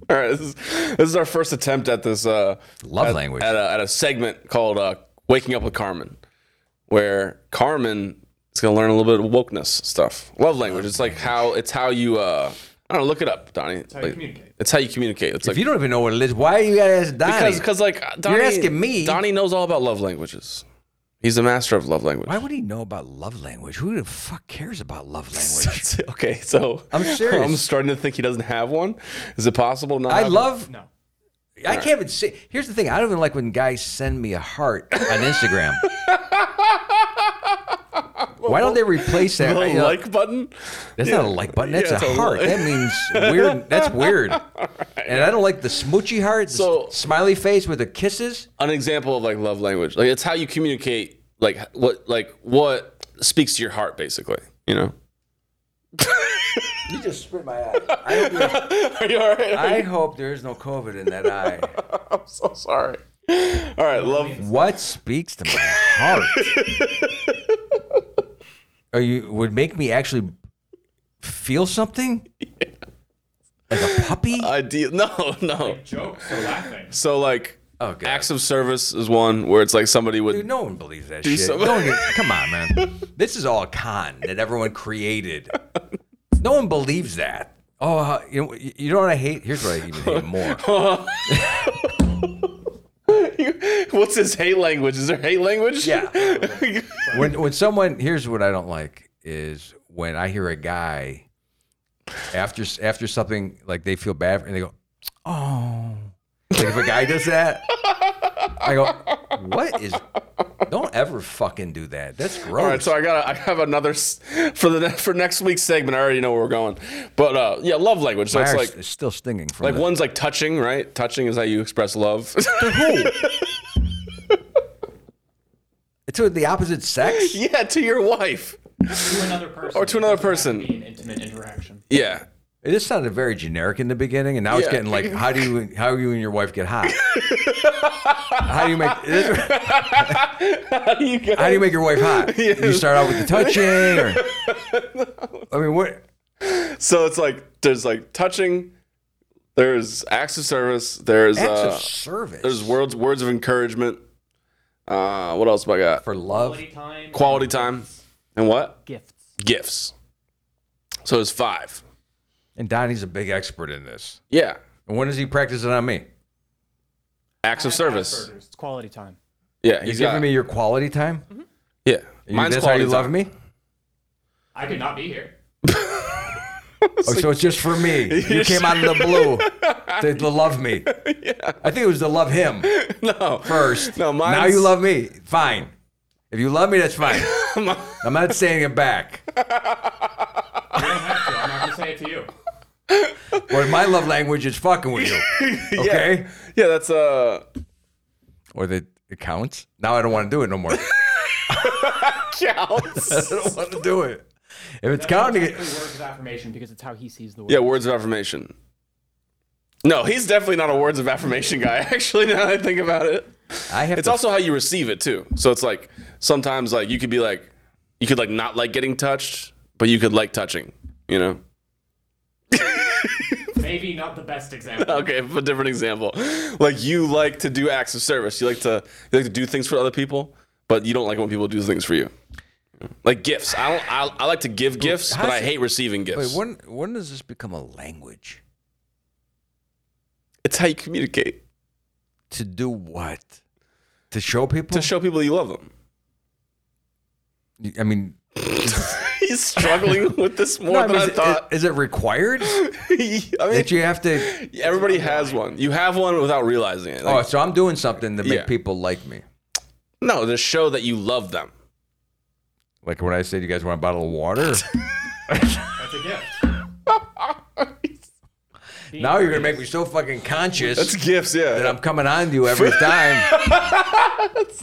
All right, this is, this is our first attempt at this uh,
Love
at,
language.
at a, at a segment called uh, "Waking Up with Carmen," where Carmen is going to learn a little bit of wokeness stuff. Love language. It's like how it's how you. Uh, I don't know. Look it up, Donnie. It's how
you communicate.
It's how you communicate. It's
if
like
you don't even know what it is, why you gotta ask Donnie?
because because like uh, Donnie,
asking me.
Donnie knows all about love languages. He's a master of love language.
why would he know about love language? Who the fuck cares about love language?
okay, so
I'm serious.
I'm starting to think he doesn't have one. Is it possible? to Not
I
have
love.
No.
I can't even say. Here's the thing. I don't even like when guys send me a heart on Instagram. Why don't they replace that?
one?
you
the
know,
like button.
that's not a like button. That's
Yeah,
a
it's a
heart.
like.
That means weird. That's weird. and I don't like the smoochy heart.
So-
So smiley face with the kisses.
an example of like love language. Like it's how you communicate like what like what speaks to your heart basically, you know.
You just spit my eye. I hope,
Are you all right?
I hope there is no COVID in that eye.
I'm so sorry. All right, love
What speaks to my heart? Are you would make me actually feel something? Like a puppy?
ideal. No, no.
Jokes or laughing.
So like uh,
Oh, God.
acts of service is one where it's like somebody would
Dude, no one believes that shit.
some-
No one get- come on, man. This is all a con that everyone created. No one believes that. Oh, how- you know, you know what I hate? Here's what I even hate more.
What's his hate language? Is there hate language?
Yeah. when when someone here's what I don't like is when I hear a guy after after something like they feel bad and they go, oh, like if a guy does that, I go, what is? Don't ever fucking do that. That's gross.
All right, so I got to I have another s- for the ne- for next week's segment. I already know where we're going, but uh, yeah, love language. So
My
it's
eye's
like
it's still stinging from
like
the-
one's like touching, right? Touching is how you express love.
It's with the opposite sex.
yeah, to your wife.
To another person.
Or to another
It doesn't have
person.
to be An intimate interaction.
Yeah.
It just sounded very generic in the beginning, and now it's
Yeah.
getting like, how do you how you and your wife get hot? how do you make?
How do you
How do you make your wife hot? You start out with the touching, or I mean, what?
so it's like there's like touching, there's acts of service, there's
Acts
uh,
of service.
there's words words of encouragement. Uh, what else have I got?
for love.
Quality time.
Quality time and what
Gifts.
gifts. So it's five.
And Donnie's a big expert in this.
Yeah,
And when does he practice it on me?
acts of service.
It's quality time.
Yeah,
You're
he's
giving
got, Mhm.
me your quality time.
yeah.
You- That's how you love me.
I could not be here.
Oh, so it's just for me. You came out of the blue to, to love me. I think it was to love him
No,
first.
No,
now
mine's-
you love me. Fine. If you love me, that's fine. I'm not saying it back.
I don't have to. I'm not gonna say it to you.
Or my love language is fucking with you. Okay.
yeah. That's uh.
Or that it counts. Now I don't want to do it no more.
Counts.
I don't want to do it. If it's counting,
Actually,
it,
words of affirmation because it's how he sees the world.
Yeah, words of affirmation. No, he's definitely not a words of affirmation guy. Actually, now that I think about it,
I have.
it's
to,
also how you receive it too. So it's like sometimes like you could be like you could like not like getting touched, but you could like touching. You know.
Maybe not the best example.
Okay, a different example. Like you like to do acts of service. You like to you like to do things for other people, but you don't like when people do things for you. Like gifts. I don't. I, I like to give gifts, but I
how's-
hate receiving
wait,
gifts.
when when does this become a language?
It's how you communicate
To do what? To show people?
to show people you love them.
I mean,
He's struggling with this more
no, I
than
mean,
I,
is, it-
thought.
is it required
I mean,
that you have to?
everybody has one. You have one without realizing it.
Oh,
Like,
so I'm doing something to make
Yeah.
people like me.
No, to show that you love them.
Like when I said, "You guys want a bottle of water?"
That's a gift.
now you're gonna make me so fucking conscious
That's gifts, yeah.
that I'm coming on to you every time.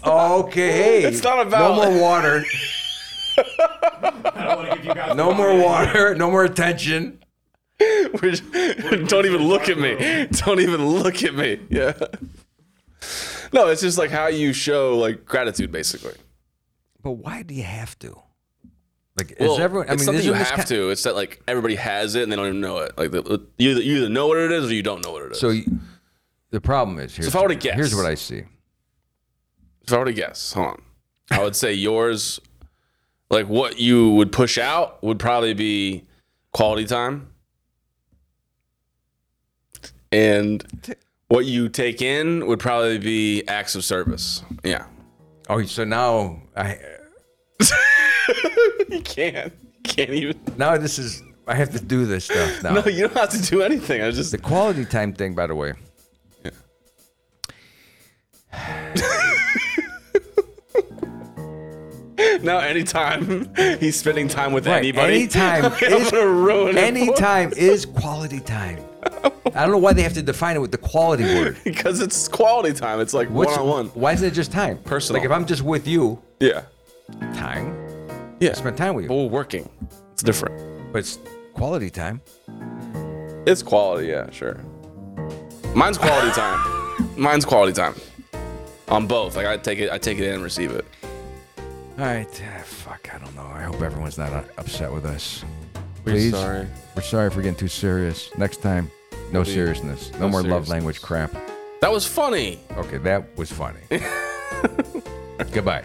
okay,
It's not about-
no more water,
I don't want to give you guys
no more water, no more attention.
We're just- don't even look at me. Don't even look at me. Yeah. No, it's just like how you show like gratitude, basically.
But why do you have to? Like,
Well,
is everyone? I
it's
mean,
something
isn't
you
this
have
ki-
to. It's that like everybody has it and they don't even know it. Like the, you, either, you either know what it is or you don't know what it is.
So you- the problem is here's,
if I were to guess-
here's what I see.
if I were to guess, hold on, I would say yours, like what you would push out, would probably be quality time, and what you take in would probably be acts of service. Yeah,
Oh, so now I
you can't, you can't even.
now this is I have to do this stuff now.
No, you don't have to do anything. I was just
The quality time thing, by the way.
now anytime he's spending time with
Right,
anybody,
anytime
I'm
is-
gonna ruin it
Any
for-
time is quality time. I don't know why they have to define it with the quality word.
because it's quality time. It's like one
What's-
on one.
Why isn't it just time?
Personal.
Like if I'm just with you,
Yeah,
time.
yeah.
I spend time with
But
you.
we're working. It's different.
But it's quality time.
It's quality, yeah, sure. Mine's quality time. Mine's quality time. On both, like I take it, I take it in and receive it.
All right. ah, Fuck, I don't know. I hope everyone's not uh, upset with us. Please.
sorry.
We're sorry for getting too serious. Next time, no seriousness. No, more love
seriousness.
language crap.
That was funny.
Okay, that was funny. Goodbye.